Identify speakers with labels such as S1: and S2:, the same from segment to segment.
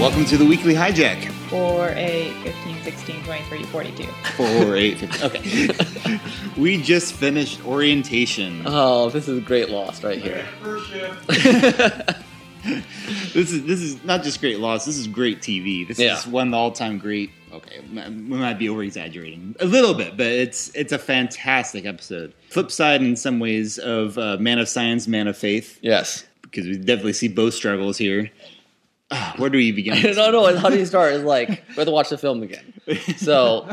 S1: welcome to the weekly hijack.
S2: 4, 8, 15, 16, 23, 42.
S1: Four, eight, fifteen.
S3: Okay.
S1: we just finished orientation.
S3: oh, this is a great loss right here.
S1: This is this is not just great loss. This is great TV. This
S3: Yeah.
S1: is one of the all time great. Okay, m- we might be over exaggerating a little bit, but it's it's a fantastic episode. Flip side in some ways of uh, Man of Science, Man of Faith,
S3: yes.
S1: because we definitely see both struggles here. Ah, Where do we begin?
S3: no, no. How do you start? It's like we have to watch the film again. So,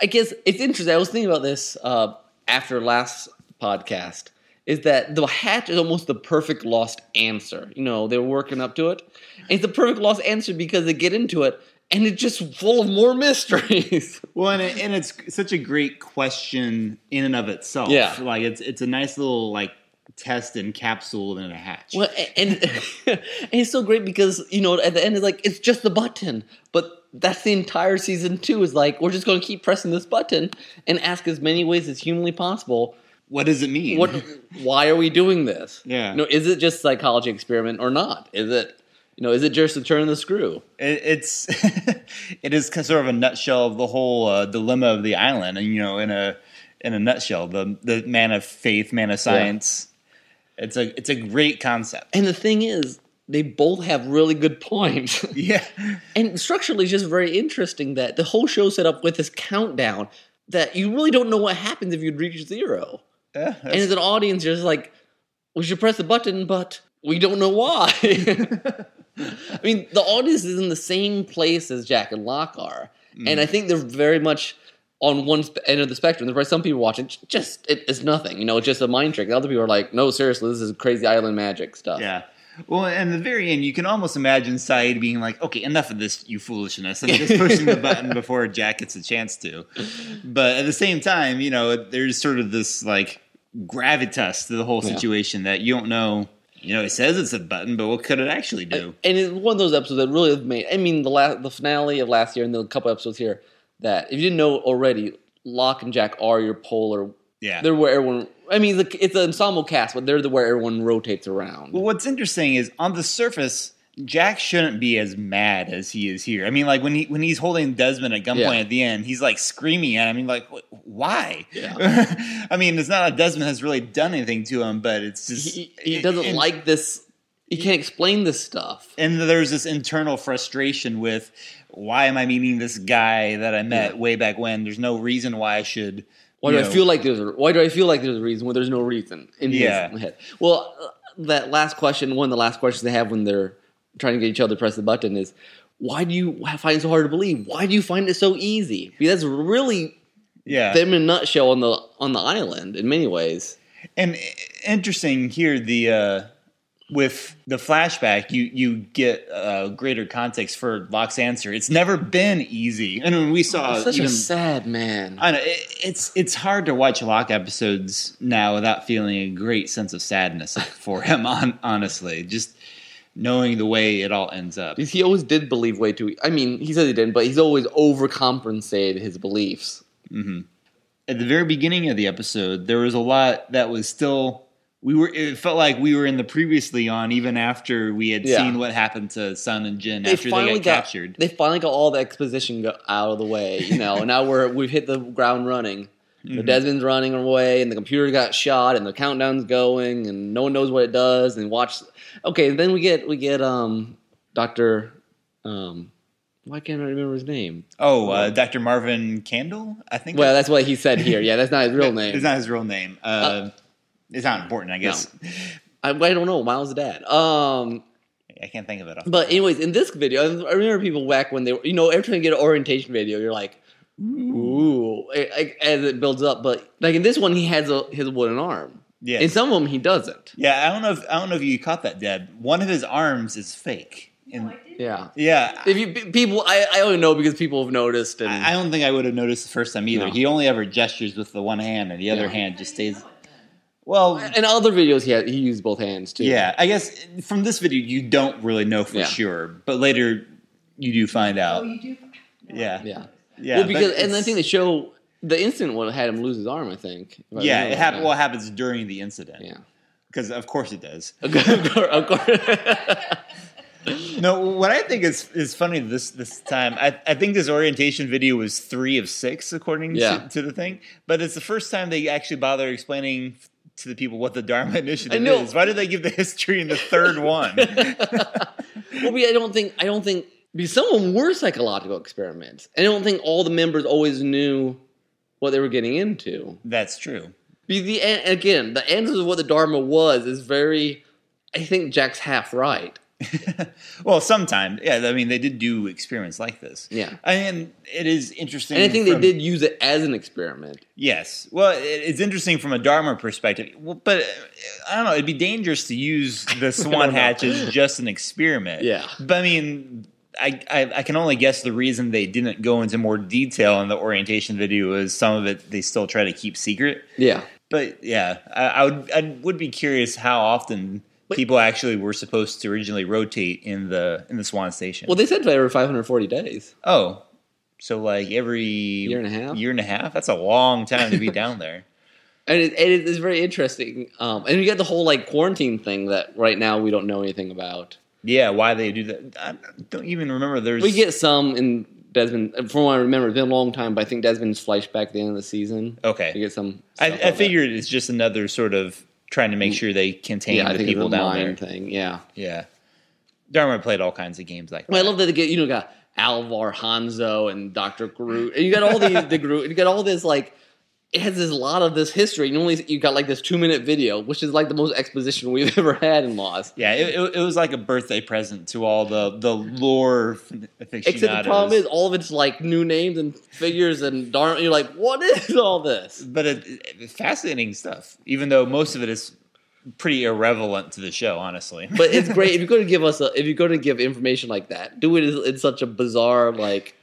S3: I guess it's interesting. I was thinking about this uh, after last podcast. Is that the hatch is almost the perfect lost answer? You know, they're working up to it. It's the perfect lost answer because they get into it and it's just full of more mysteries.
S1: Well, and, it, and it's such a great question in and of itself.
S3: Yeah.
S1: like it's it's a nice little like test encapsulated in a hatch.
S3: Well, a- and, and it's so great because you know at the end it's like it's just the button, but that's the entire season two is like we're just going to keep pressing this button and ask as many ways as humanly possible.
S1: What does it mean?
S3: What? why are we doing this?
S1: Yeah.
S3: No, is it just psychology experiment or not? Is it you know is it just to turn the screw?
S1: it, it's it is kind of sort of a nutshell of the whole uh, dilemma of the island, and you know, in a in a nutshell, the the man of faith, man of science. It's a it's a great concept.
S3: And the thing is, they both have really good points.
S1: Yeah,
S3: And structurally, it's just very interesting that the whole show set up with this countdown that you really don't know what happens if you reach zero.
S1: Yeah, that's-
S3: and as an audience, you're just like, we should press the button, but we don't know why. I mean, the audience is in the same place as Jack and Locke are,
S1: Mm.
S3: and I think they're very much on one sp- end of the spectrum. There's probably some people watching j- just it, it's nothing, you know, it's just a mind trick. And other people are like, no, seriously, this is crazy island magic stuff.
S1: yeah. Well, and the very end, you can almost imagine Saeed being like, "Okay, enough of this, you foolishness," and just pushing the button before Jack gets a chance to. But at the same time, you know, there's sort of this like gravitas to the whole
S3: Yeah.
S1: situation that you don't know. You know, it says it's a button, but what could it actually do?
S3: And it's one of those episodes that really have made. I mean, the last, the finale of last year and the couple episodes here. That if you didn't know already, Locke and Jack are your polar.
S1: yeah,
S3: They're where everyone. I mean, it's a- it's an ensemble cast, but they're the where everyone rotates around.
S1: Well, what's interesting is on the surface, Jack shouldn't be as mad as he is here. I mean, like when he when he's holding Desmond at gunpoint
S3: Yeah.
S1: at the end, he's like screaming at him. I mean, like wh- why?
S3: Yeah.
S1: I mean, it's not that Desmond has really done anything to him, but it's just
S3: he, he
S1: it-
S3: doesn't
S1: and-
S3: like this. He can't explain this stuff.
S1: And there's this internal frustration with why am I meeting this guy that I met way back when? There's no reason why I should.
S3: Why do I feel like there's? A, why do I feel like there's a reason when there's no reason in
S1: Yeah.
S3: his head? Well, uh, that last question, one of the last questions they have when they're trying to get each other to press the button is, why do you find it so hard to believe? Why do you find it so easy? Because that's really
S1: yeah
S3: them in a nutshell on the on the island in many ways.
S1: And i- interesting here, the uh, with the flashback, you you get uh, greater context for Locke's answer. It's never been easy, and when we saw
S3: Such
S1: even.
S3: a sad man.
S1: I know, it, it's it's hard to watch Locke episodes now without feeling a great sense of sadness for him. On honestly, just knowing the way it all ends up.
S3: Because he always did believe way too. e, I mean, he says he didn't, but he's always overcompensated his beliefs.
S1: Mm-hmm. at the very beginning of the episode, there was a lot that was still we were it felt like we were in the previously on even after we had
S3: Yeah.
S1: seen what happened to Sun and Jin after they got, captured.
S3: They finally got all the exposition go- out of the way, you know. now we're we've hit the ground running.
S1: Mm-hmm.
S3: The Desmond's running away, and the computer got shot, and the countdown's going, and no one knows what it does. And watch, okay. And then we get we get um Doctor, um, why can't I remember his name?
S1: oh, uh, Dr. Marvin Candle, I think.
S3: Well, that's what he said here. Yeah, that's not his real name.
S1: It's not his real name. Uh, it's not important, I guess.
S3: I, I don't know. Miles' dad. Um,
S1: I can't think of it. Off.
S3: But anyways, in this video, I remember people back when they were, you know, every time you get an orientation video, you're like, ooh, eh, like, as it builds up. But like in this one, he has a his wooden arm.
S1: yeah,
S3: In some of them, he doesn't.
S1: yeah. I don't know. If, I don't know if you caught that, Deb. One of his arms is fake. And,
S3: Yeah.
S1: yeah,
S3: If you pe- people, I, I only know because people have noticed, and
S1: I I don't think I would have noticed the first time either.
S3: No.
S1: He only ever gestures with the one hand, and the other
S3: Yeah.
S1: hand just stays. Well,
S3: in other videos, he had, he used both hands too.
S1: yeah, I guess from this video you don't really know for
S3: Yeah.
S1: sure, but later you do find out.
S2: you do?
S1: yeah,
S3: yeah.
S1: yeah.
S3: well,
S1: but
S3: because and I
S1: it's-
S3: think the show, the incident one had him lose his arm. I think. if I
S1: yeah,
S3: remember
S1: it hap-
S3: right.
S1: well, it happens during the incident
S3: Yeah.
S1: because of course it does.
S3: of course. Of course.
S1: No, what I think is is funny this this time. I, I think this orientation video was three of six according
S3: Yeah.
S1: to, to the thing, but it's the first time they actually bother explaining to the people what the Dharma Initiative
S3: know.
S1: is. Why did they give the history in the third one?
S3: well, we, I don't think I don't think because some of them were psychological experiments, and I don't think all the members always knew what they were getting into.
S1: That's true.
S3: Be- The and again, the answers of what the Dharma was is very. I think Jack's half right.
S1: Well, sometime, yeah. I mean, they did do experiments like this.
S3: Yeah.
S1: and it is interesting.
S3: And I think
S1: from-
S3: they did use it as an experiment.
S1: Yes. Well, it, it's interesting from a Dharma perspective. Well, but uh, I don't know. It'd be dangerous to use the swan
S3: know.
S1: hatch as just an experiment.
S3: Yeah.
S1: But I mean, I, I, I can only guess the reason they didn't go into more detail in the orientation video is some of it they still try to keep secret.
S3: Yeah.
S1: But yeah, I, I would I would be curious how often
S3: But-
S1: people actually were supposed to originally rotate in the in the Swan Station.
S3: Well, they said every 540 days.
S1: oh, so like every
S3: Year and a half?
S1: year and a half. That's a long time to be down there.
S3: And it, and it is very interesting. Um, and you got the whole like quarantine thing that right now we don't know anything about.
S1: Yeah, why they do that? I don't even remember. There's
S3: We get some in Desmond. From what I remember, it's been a long time, but I think Desmond's flashback at the end of the season. We
S1: okay.
S3: get some.
S1: I,
S3: stuff
S1: I
S3: on that. Mm.
S1: figured it's just another sort of trying to make sure they contain
S3: Yeah, I
S1: the
S3: think it's a
S1: people down there.
S3: mind thing. Yeah.
S1: Yeah, Dharma played all kinds of games like that.
S3: Well, I love that they get you know got Alvar Hanzo and Doctor Groot, and you got all these the Groot, and you got all this like it has this lot of this history. You only you got like this two minute video, which is like the most exposition we've ever had in Lost.
S1: yeah, it, it, it was like a birthday present to all the the lore f- aficionados.
S3: Except the problem is all of it's like new names and figures and darn. You're like, what is all this?
S1: but it, it- fascinating stuff. Even though most of it is pretty irrelevant to the show, honestly.
S3: But it's great if you're going to give us a, if you're going to give information like that, do it in such a bizarre like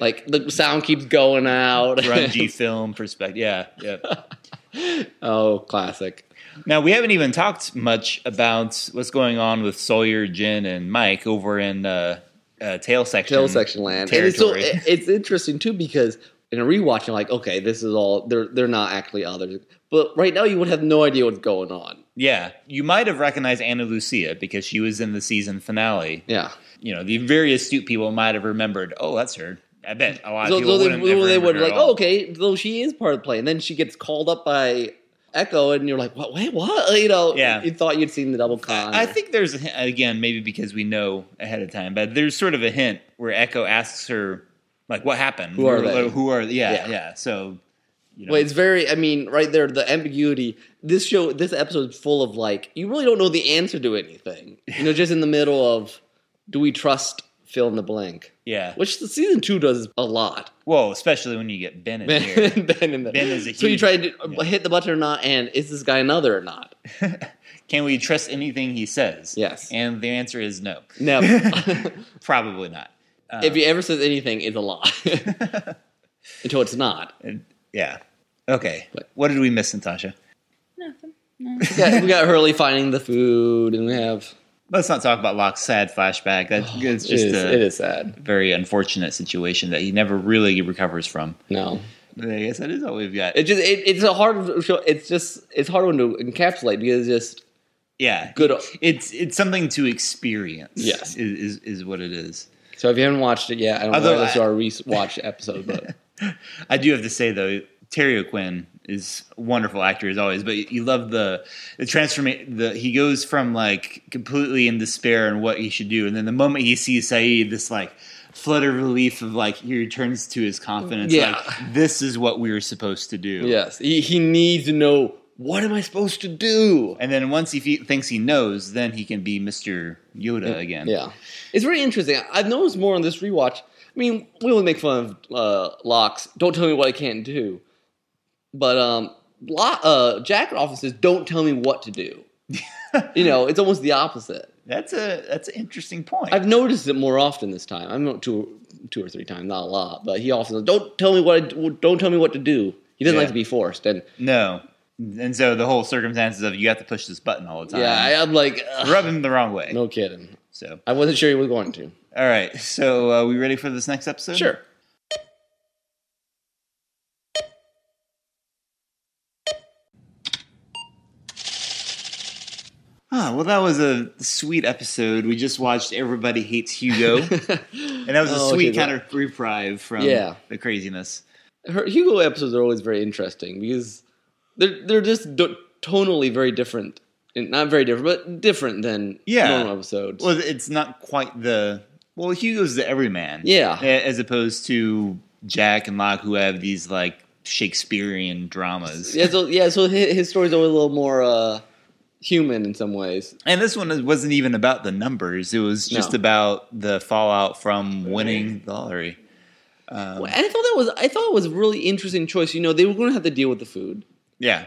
S3: like the sound keeps going out.
S1: grungy film perspective. Yeah, yeah.
S3: oh, classic.
S1: Now we haven't even talked much about what's going on with Sawyer, Jin, and Mike over in uh, uh, tail section.
S3: tail section land. And it's, so,
S1: territory.
S3: it- it's interesting too because in a rewatch, you're like, okay, this is all they're they're not actually others. But right now, you would have no idea what's going on.
S1: Yeah, you might have recognized Anna Lucia because she was in the season finale.
S3: Yeah,
S1: You know, the very astute people might have remembered. Oh, that's her. I bet a lot of
S3: so,
S1: Uh, people
S3: so they,
S1: wouldn't. have
S3: they would
S1: remembered her
S3: like,
S1: at all.
S3: oh, okay, so she is part of the play, and then she gets called up by Echo, and you're like, what? Wait, what? You know,
S1: Yeah.
S3: you thought you'd seen the double con.
S1: I think there's a hint- again maybe because we know ahead of time, but there's sort of a hint where Echo asks her like, "What happened?
S3: Who are
S1: Who-
S3: they?"
S1: Who are? Yeah, yeah.
S3: Yeah.
S1: So, you know,
S3: Well, it's very. I mean, right there, the ambiguity. This show, this episode is full of like you really don't know the answer to anything. You know, just in the middle of, do we trust fill in the blank?
S1: yeah.
S3: which the season two does a lot.
S1: Whoa, especially when you get Ben in
S3: Ben,
S1: here.
S3: Ben in the,
S1: Ben is a
S3: so you
S1: huge-
S3: try to hit the button or not, and is this guy another or not?
S1: Can we trust anything he says?
S3: Yes.
S1: And the answer is no.
S3: Never.
S1: Uh. Probably not. Uh,
S3: if he ever says anything, it's a lie. Until it's not.
S1: and- yeah. Okay.
S3: But-
S1: What did we miss, Natasha?
S2: Nothing. No.
S3: We got, we got Hurley finding the food, and we have
S1: Let's not talk about Locke's sad flashback. That, it's just
S3: Oh,
S1: uh,
S3: it, is,
S1: a
S3: it is sad.
S1: very unfortunate situation that he never really recovers from.
S3: No,
S1: I guess that is all we've got.
S3: it just it, it's a hard show. It's just it's a hard one to encapsulate because it's just
S1: yeah.
S3: good.
S1: It's it's something to experience.
S3: Yes.
S1: Is is, is what it is.
S3: So if you haven't watched it yet, I don't
S1: Although
S3: know if this is
S1: I-
S3: our rewatch episode, but
S1: I do have to say though, Terry O'Quinn is a wonderful actor as always, but you love the the transformation. The he goes from like completely in despair and what he should do, and then the moment he sees Saeed, this like flutter of relief of like he returns to his confidence.
S3: Yeah.
S1: like, this is what we were supposed to do.
S3: yes, he, he needs to know what am I supposed to do.
S1: And then once he fe- thinks he knows, then he can be Mister Yoda again.
S3: Yeah, it's very interesting. I've noticed more on this rewatch. I mean, we only make fun of uh, Locke's. Don't tell me what I can't do. But um, Locke, uh, Jack often says, "Don't tell me what to do." you know, it's almost the opposite.
S1: that's a that's an interesting point.
S3: I've noticed it more often this time. I'm not two, two or three times, not a lot. But he often says, "Don't tell me what I do, don't tell me what to do." He doesn't
S1: Yeah.
S3: like to be forced, and
S1: no, and so the whole circumstances of you have to push this button all the time.
S3: yeah, I, I'm like, ugh,
S1: rub him the wrong way.
S3: no kidding.
S1: So.
S3: I wasn't sure he was going to.
S1: All right. So, uh, we ready for this next episode?
S3: Sure.
S1: Ah, well, that was a sweet episode. We just watched Everybody Hates Hugo, and that was a
S3: Oh,
S1: sweet
S3: Hugo.
S1: kind of reprieve from
S3: Yeah.
S1: the craziness.
S3: her Hugo episodes are always very interesting because they're they're just do- tonally very different, and not very different, but different than
S1: Yeah.
S3: normal episodes.
S1: Well, it's not quite the well. Hugo's the everyman,
S3: Yeah.
S1: a- as opposed to Jack and Locke, who have these like Shakespearean dramas.
S3: yeah, so yeah, so his, his story's always a little more uh, human in some ways.
S1: And this one wasn't even about the numbers; it was
S3: No.
S1: just about the fallout from winning the lottery. Um.
S3: Well, and I thought that was I thought it was a really interesting choice. You know, they were going to have to deal with the food,
S1: Yeah,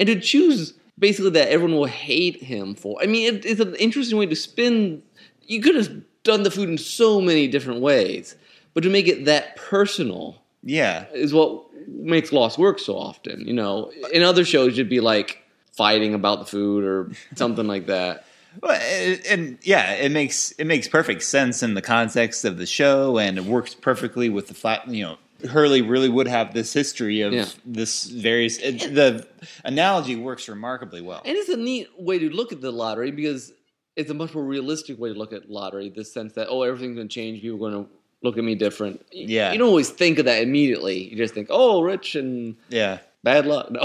S3: and to choose basically that everyone will hate him for. I mean, it, it's an interesting way to spin. You could have done the food in so many different ways, but to make it that personal.
S1: yeah.
S3: is what makes Lost work so often. You know, in other shows, you'd be like fighting about the food or something like that.
S1: Well, and, and yeah, it makes it makes perfect sense in the context of the show, and it works perfectly with the flat. You know, Hurley really would have this history of
S3: Yeah.
S1: this various. It, the analogy works remarkably well.
S3: And it's a neat way to look at the lottery because it's a much more realistic way to look at lottery. The sense that oh, everything's going to change. People are going to look at me different. Y-
S1: Yeah.
S3: you don't always think of that immediately. You just think, oh, rich and
S1: Yeah.
S3: bad luck. No.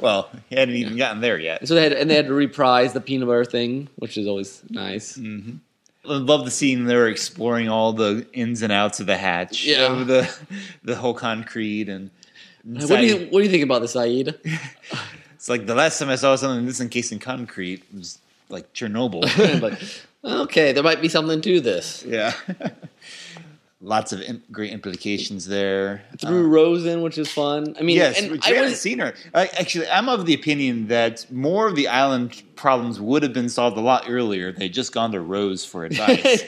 S1: well, he hadn't even gotten there yet.
S3: So they had, and they had to reprise the peanut butter thing, which is always nice.
S1: I love the scene they were exploring all the ins and outs of the hatch,
S3: Yeah.
S1: of the the whole concrete, and
S3: What do you What do you think about this, Saeed?
S1: it's like the last time I saw something this encased in concrete it was like Chernobyl. like,
S3: Okay, there might be something to this.
S1: Yeah. Lots of im- great implications there. Um,
S3: threw Rose in, which is fun. I mean,
S1: Uh, yes,
S3: and
S1: which
S3: I
S1: we haven't
S3: was-
S1: seen her. I, actually, I'm of the opinion that more of the island problems would have been solved a lot earlier. if They'd just gone to Rose for advice.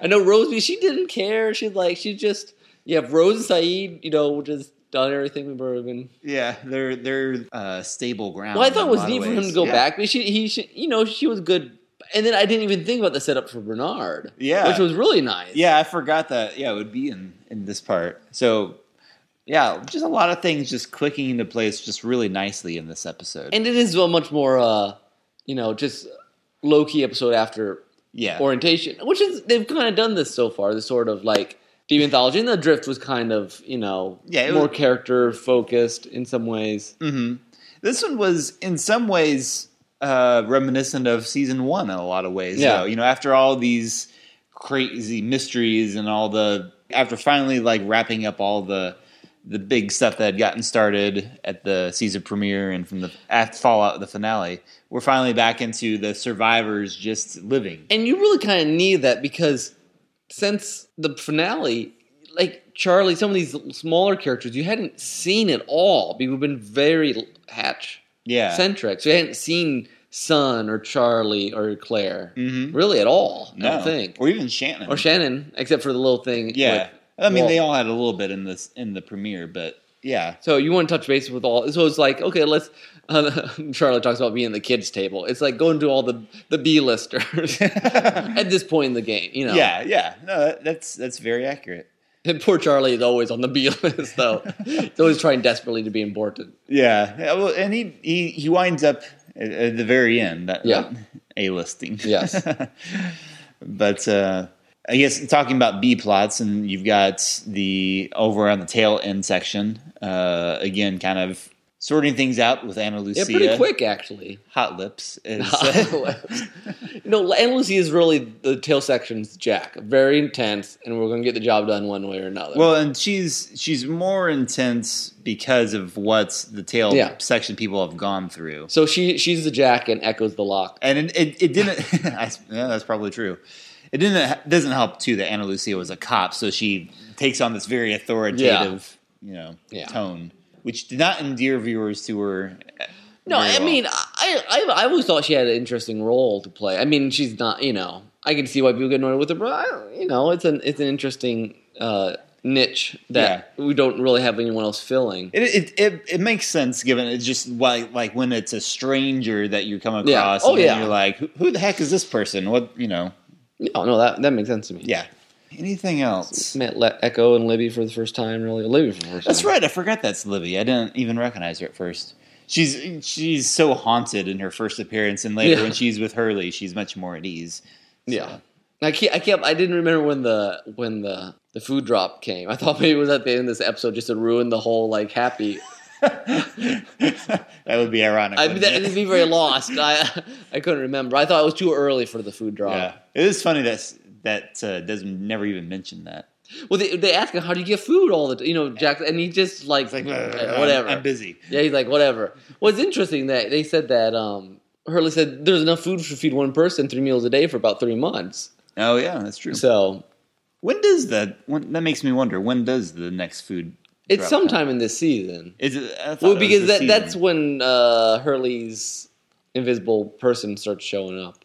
S3: I know Rose, she didn't care. She's like, she just, yeah, Rose and Saeed, you know, just done everything with Bergen.
S1: yeah, they're they're uh, stable ground.
S3: Well, I thought
S1: in
S3: it
S1: a
S3: was
S1: lot
S3: neat
S1: of
S3: for him
S1: ways.
S3: to go
S1: Yeah.
S3: back, but she, he, she, you know, she was good. And then I didn't even think about the setup for Bernard.
S1: Yeah.
S3: Which was really nice.
S1: Yeah, I forgot that. Yeah, it would be in in this part. So, yeah, just a lot of things just clicking into place, just really nicely in this episode.
S3: And it is a much more, uh, you know, just low key episode after
S1: yeah,
S3: orientation, which is, they've kind of done this so far, the sort of like, Demonthology and the drift was kind of, you know,
S1: Yeah, it
S3: more
S1: was-
S3: character focused in some ways.
S1: hmm This one was, in some ways, uh, reminiscent of season one in a lot of ways.
S3: Yeah.
S1: though. You know, after all these crazy mysteries and all the, after finally like wrapping up all the the big stuff that had gotten started at the season premiere and from the at fallout of the finale, we're finally back into the survivors just living.
S3: And you really kind of need that because since the finale, like Charlie, some of these smaller characters you hadn't seen at all. We've been very Hatch
S1: Yeah.
S3: centric, so you hadn't seen Sun or Charlie or Claire
S1: Mhm.
S3: really at all. I
S1: no.
S3: don't think,
S1: Or even Shannon.
S3: or Shannon, except for the little thing.
S1: yeah.
S3: with-
S1: I mean,
S3: Walt.
S1: they all had a little bit in this in the premiere, but yeah.
S3: So you want to touch base with all. So it's like okay, let's. Uh, Charlie talks about being at the kids' table. It's like going to all the the B listers at this point in the game. You know,
S1: Yeah, yeah. No, that, that's that's very accurate.
S3: And poor Charlie is always on the B list, though. He's always trying desperately to be important.
S1: Yeah. Yeah, Well, and he he, he winds up at, at the very end. That,
S3: Yeah.
S1: A listing.
S3: Yes.
S1: but uh, I guess talking about B plots, and you've got the over on the tail end section uh, again, kind of sorting things out with Anna
S3: Yeah,
S1: Lucia.
S3: pretty quick, actually.
S1: Hot lips. uh, Is,
S3: no, and Lucy is really the tail section's Jack. Very intense, and we're going to get the job done one way or another.
S1: Well, and she's she's more intense because of what the tail
S3: Yeah.
S1: section people have gone through.
S3: so she she's the Jack and echoes the lock.
S1: and it, it, it didn't. I, yeah, that's probably true. It didn't doesn't help too that Anna Lucia was a cop, so she takes on this very authoritative, you know,
S3: Yeah.
S1: tone, which did not endear viewers to her. uh,
S3: No,
S1: very
S3: I
S1: well.
S3: mean, I, I I always thought she had an interesting role to play. I mean, she's not, you know, I can see why people get annoyed with her, but I, you know, it's an it's an interesting uh, niche that we don't really have anyone else filling.
S1: it, it it it makes sense given it's just like like when it's a stranger that you come
S3: Yeah.
S1: across.
S3: Oh,
S1: and then
S3: yeah.
S1: you're like, who, who the heck is this person? What you know?
S3: Oh, No, no, that that makes sense to me.
S1: Yeah. Anything else?
S3: met Le- Echo and Libby for the first time. Really, Libby for the first
S1: That's
S3: time.
S1: right. I forgot that's Libby. I didn't even recognize her at first. she's she's so haunted in her first appearance, and later
S3: Yeah.
S1: when she's with Hurley, she's much more at ease.
S3: Yeah. And I can't, I can't. I didn't remember when the when the the food drop came. I thought maybe it was at the end of this episode just to ruin the whole like happy.
S1: that would be ironic.
S3: I mean,
S1: wouldn't
S3: that,
S1: it?
S3: it'd be very lost. I I couldn't remember. I thought it was too early for the food drop.
S1: yeah, it is funny that that uh, Desmond never even mentioned that.
S3: Well, they, they ask him how do you get food all the t-? you know Jack, and he just like,
S1: It's like
S3: "Eh, whatever.
S1: I'm, I'm busy.
S3: yeah, he's like whatever. Well, it's interesting that they said that. um Hurley said there's enough food to feed one person three meals a day for about three months.
S1: Oh yeah, that's true.
S3: So
S1: when does that? When, that makes me wonder. When does the next food?
S3: it's
S1: drop
S3: sometime in this season.
S1: Is it? I thought
S3: Well,
S1: it was
S3: because
S1: this
S3: that,
S1: season.
S3: that's when uh, Hurley's invisible person starts showing up.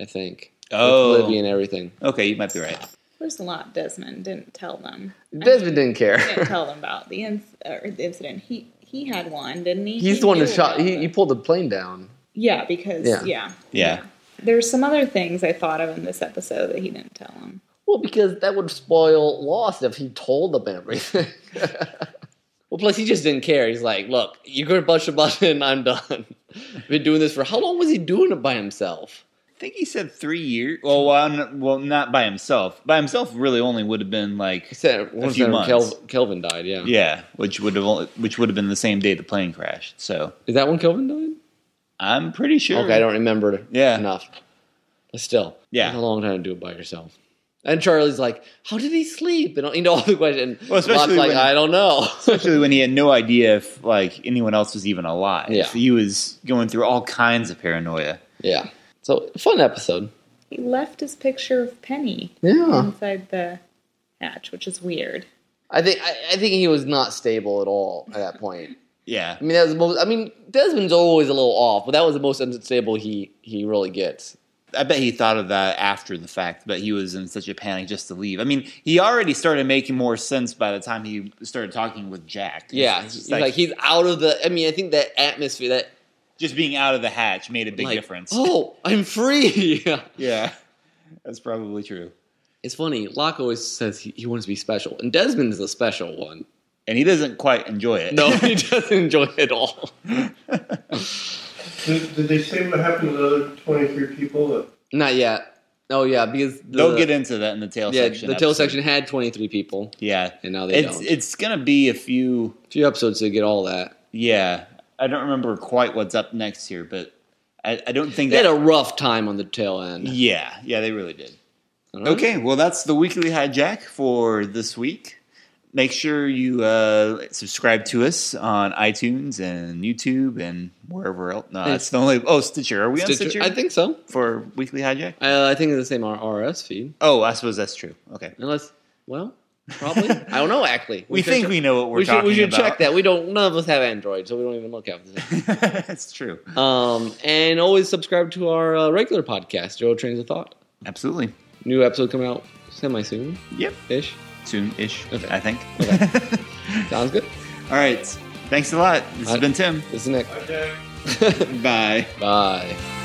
S3: I think. With
S1: Oh.
S3: Libby and everything.
S1: okay. You might be right.
S2: There's a lot Desmond didn't tell them.
S3: Desmond didn't
S2: I didn't
S3: care.
S2: tell them about the, inc- or the incident. He he had one, didn't he?
S3: He's
S2: He
S3: the one who
S2: knew
S3: shot.
S2: about
S3: He,
S2: it.
S3: he pulled the plane down.
S2: yeah, because
S3: Yeah.
S2: yeah.
S1: Yeah.
S2: There's some other things I thought of in this episode that he didn't tell them.
S3: Well, because that would spoil Lost if he told them everything. well, plus he just didn't care. He's like, look, you're going to push a button, I'm done. I've been doing this for how long was he doing it by himself?
S1: I think he said three years. Well, well, I'm- well, not by himself. By himself, really only would have been like
S3: He said once
S1: few
S3: Kel-
S1: months.
S3: Kelvin died, yeah.
S1: yeah, which would have only, which would have been the same day the plane crashed. So
S3: Is that when Kelvin died?
S1: I'm pretty sure.
S3: Okay, I don't remember
S1: Yeah.
S3: enough. But still,
S1: Yeah.
S3: it's a long time to do it by yourself. And Charlie's like, how did he sleep? And you know all the questions.
S1: Well, especially
S3: Locke's like,
S1: when-
S3: I don't know.
S1: Especially when he had no idea if like anyone else was even alive.
S3: Yeah.
S1: He was going through all kinds of paranoia.
S3: yeah. So fun episode.
S2: He left his picture of Penny
S3: Yeah.
S2: inside the hatch, which is weird.
S3: I think I, I think he was not stable at all at that point.
S1: Yeah.
S3: I mean, that was the most. I mean, Desmond's always a little off, but that was the most unstable he he really gets.
S1: I bet he thought of that after the fact, but he was in such a panic just to leave. I mean, he already started making more sense by the time he started talking with Jack.
S3: Yeah,
S1: It's
S3: he's
S1: just
S3: like, he's out of the. I mean, I think that atmosphere, that
S1: just being out of the hatch made a big
S3: like,
S1: difference.
S3: Oh, I'm free. yeah.
S1: Yeah, that's probably true.
S3: It's funny. Locke always says he, he wants to be special, and Desmond is a special one.
S1: And he doesn't quite enjoy it.
S3: No, he doesn't enjoy it at all.
S4: Did, did they say what happened to the other 23 people? That,
S3: Not yet. Oh yeah, because the,
S1: they'll get into that in the tail
S3: Yeah,
S1: section.
S3: the tail
S1: episode.
S3: section had 23 people,
S1: Yeah,
S3: and now they
S1: it's
S3: don't.
S1: it's gonna be a few.
S3: A few episodes to get all that.
S1: Yeah, I don't remember quite what's up next here, but I, I don't think
S3: They had
S1: that.
S3: a rough time on the tail end.
S1: yeah, yeah, they really did.
S3: All right.
S1: Okay, well, that's the weekly hijack for this week. Make sure you uh, subscribe to us on iTunes and YouTube and wherever else. No, that's the only. Oh, Stitcher. Are we on
S3: Stitcher,
S1: Stitcher
S3: I think so.
S1: for weekly hijack?
S3: Uh, I think it's the same R- RS feed,
S1: Oh, I suppose that's true. Okay.
S3: unless well, probably. I don't know. Actually,
S1: We,
S3: should
S1: think
S3: che-
S1: we know what we're
S3: we should
S1: talking
S3: we should
S1: about.
S3: check that. We don't. None of us have Android, so we don't even look at this.
S1: that. That's true.
S3: um, and always subscribe to our uh, regular podcast, Joe Trains of Thought.
S1: Absolutely.
S3: New episode coming out semi soon
S1: Yep.
S3: ish.
S1: Soon-ish,
S3: Okay.
S1: I think.
S3: Sounds good.
S1: All right. Thanks a lot. This has
S3: All right.
S1: been Tim.
S3: This is Nick.
S4: okay.
S1: Bye.
S3: Bye.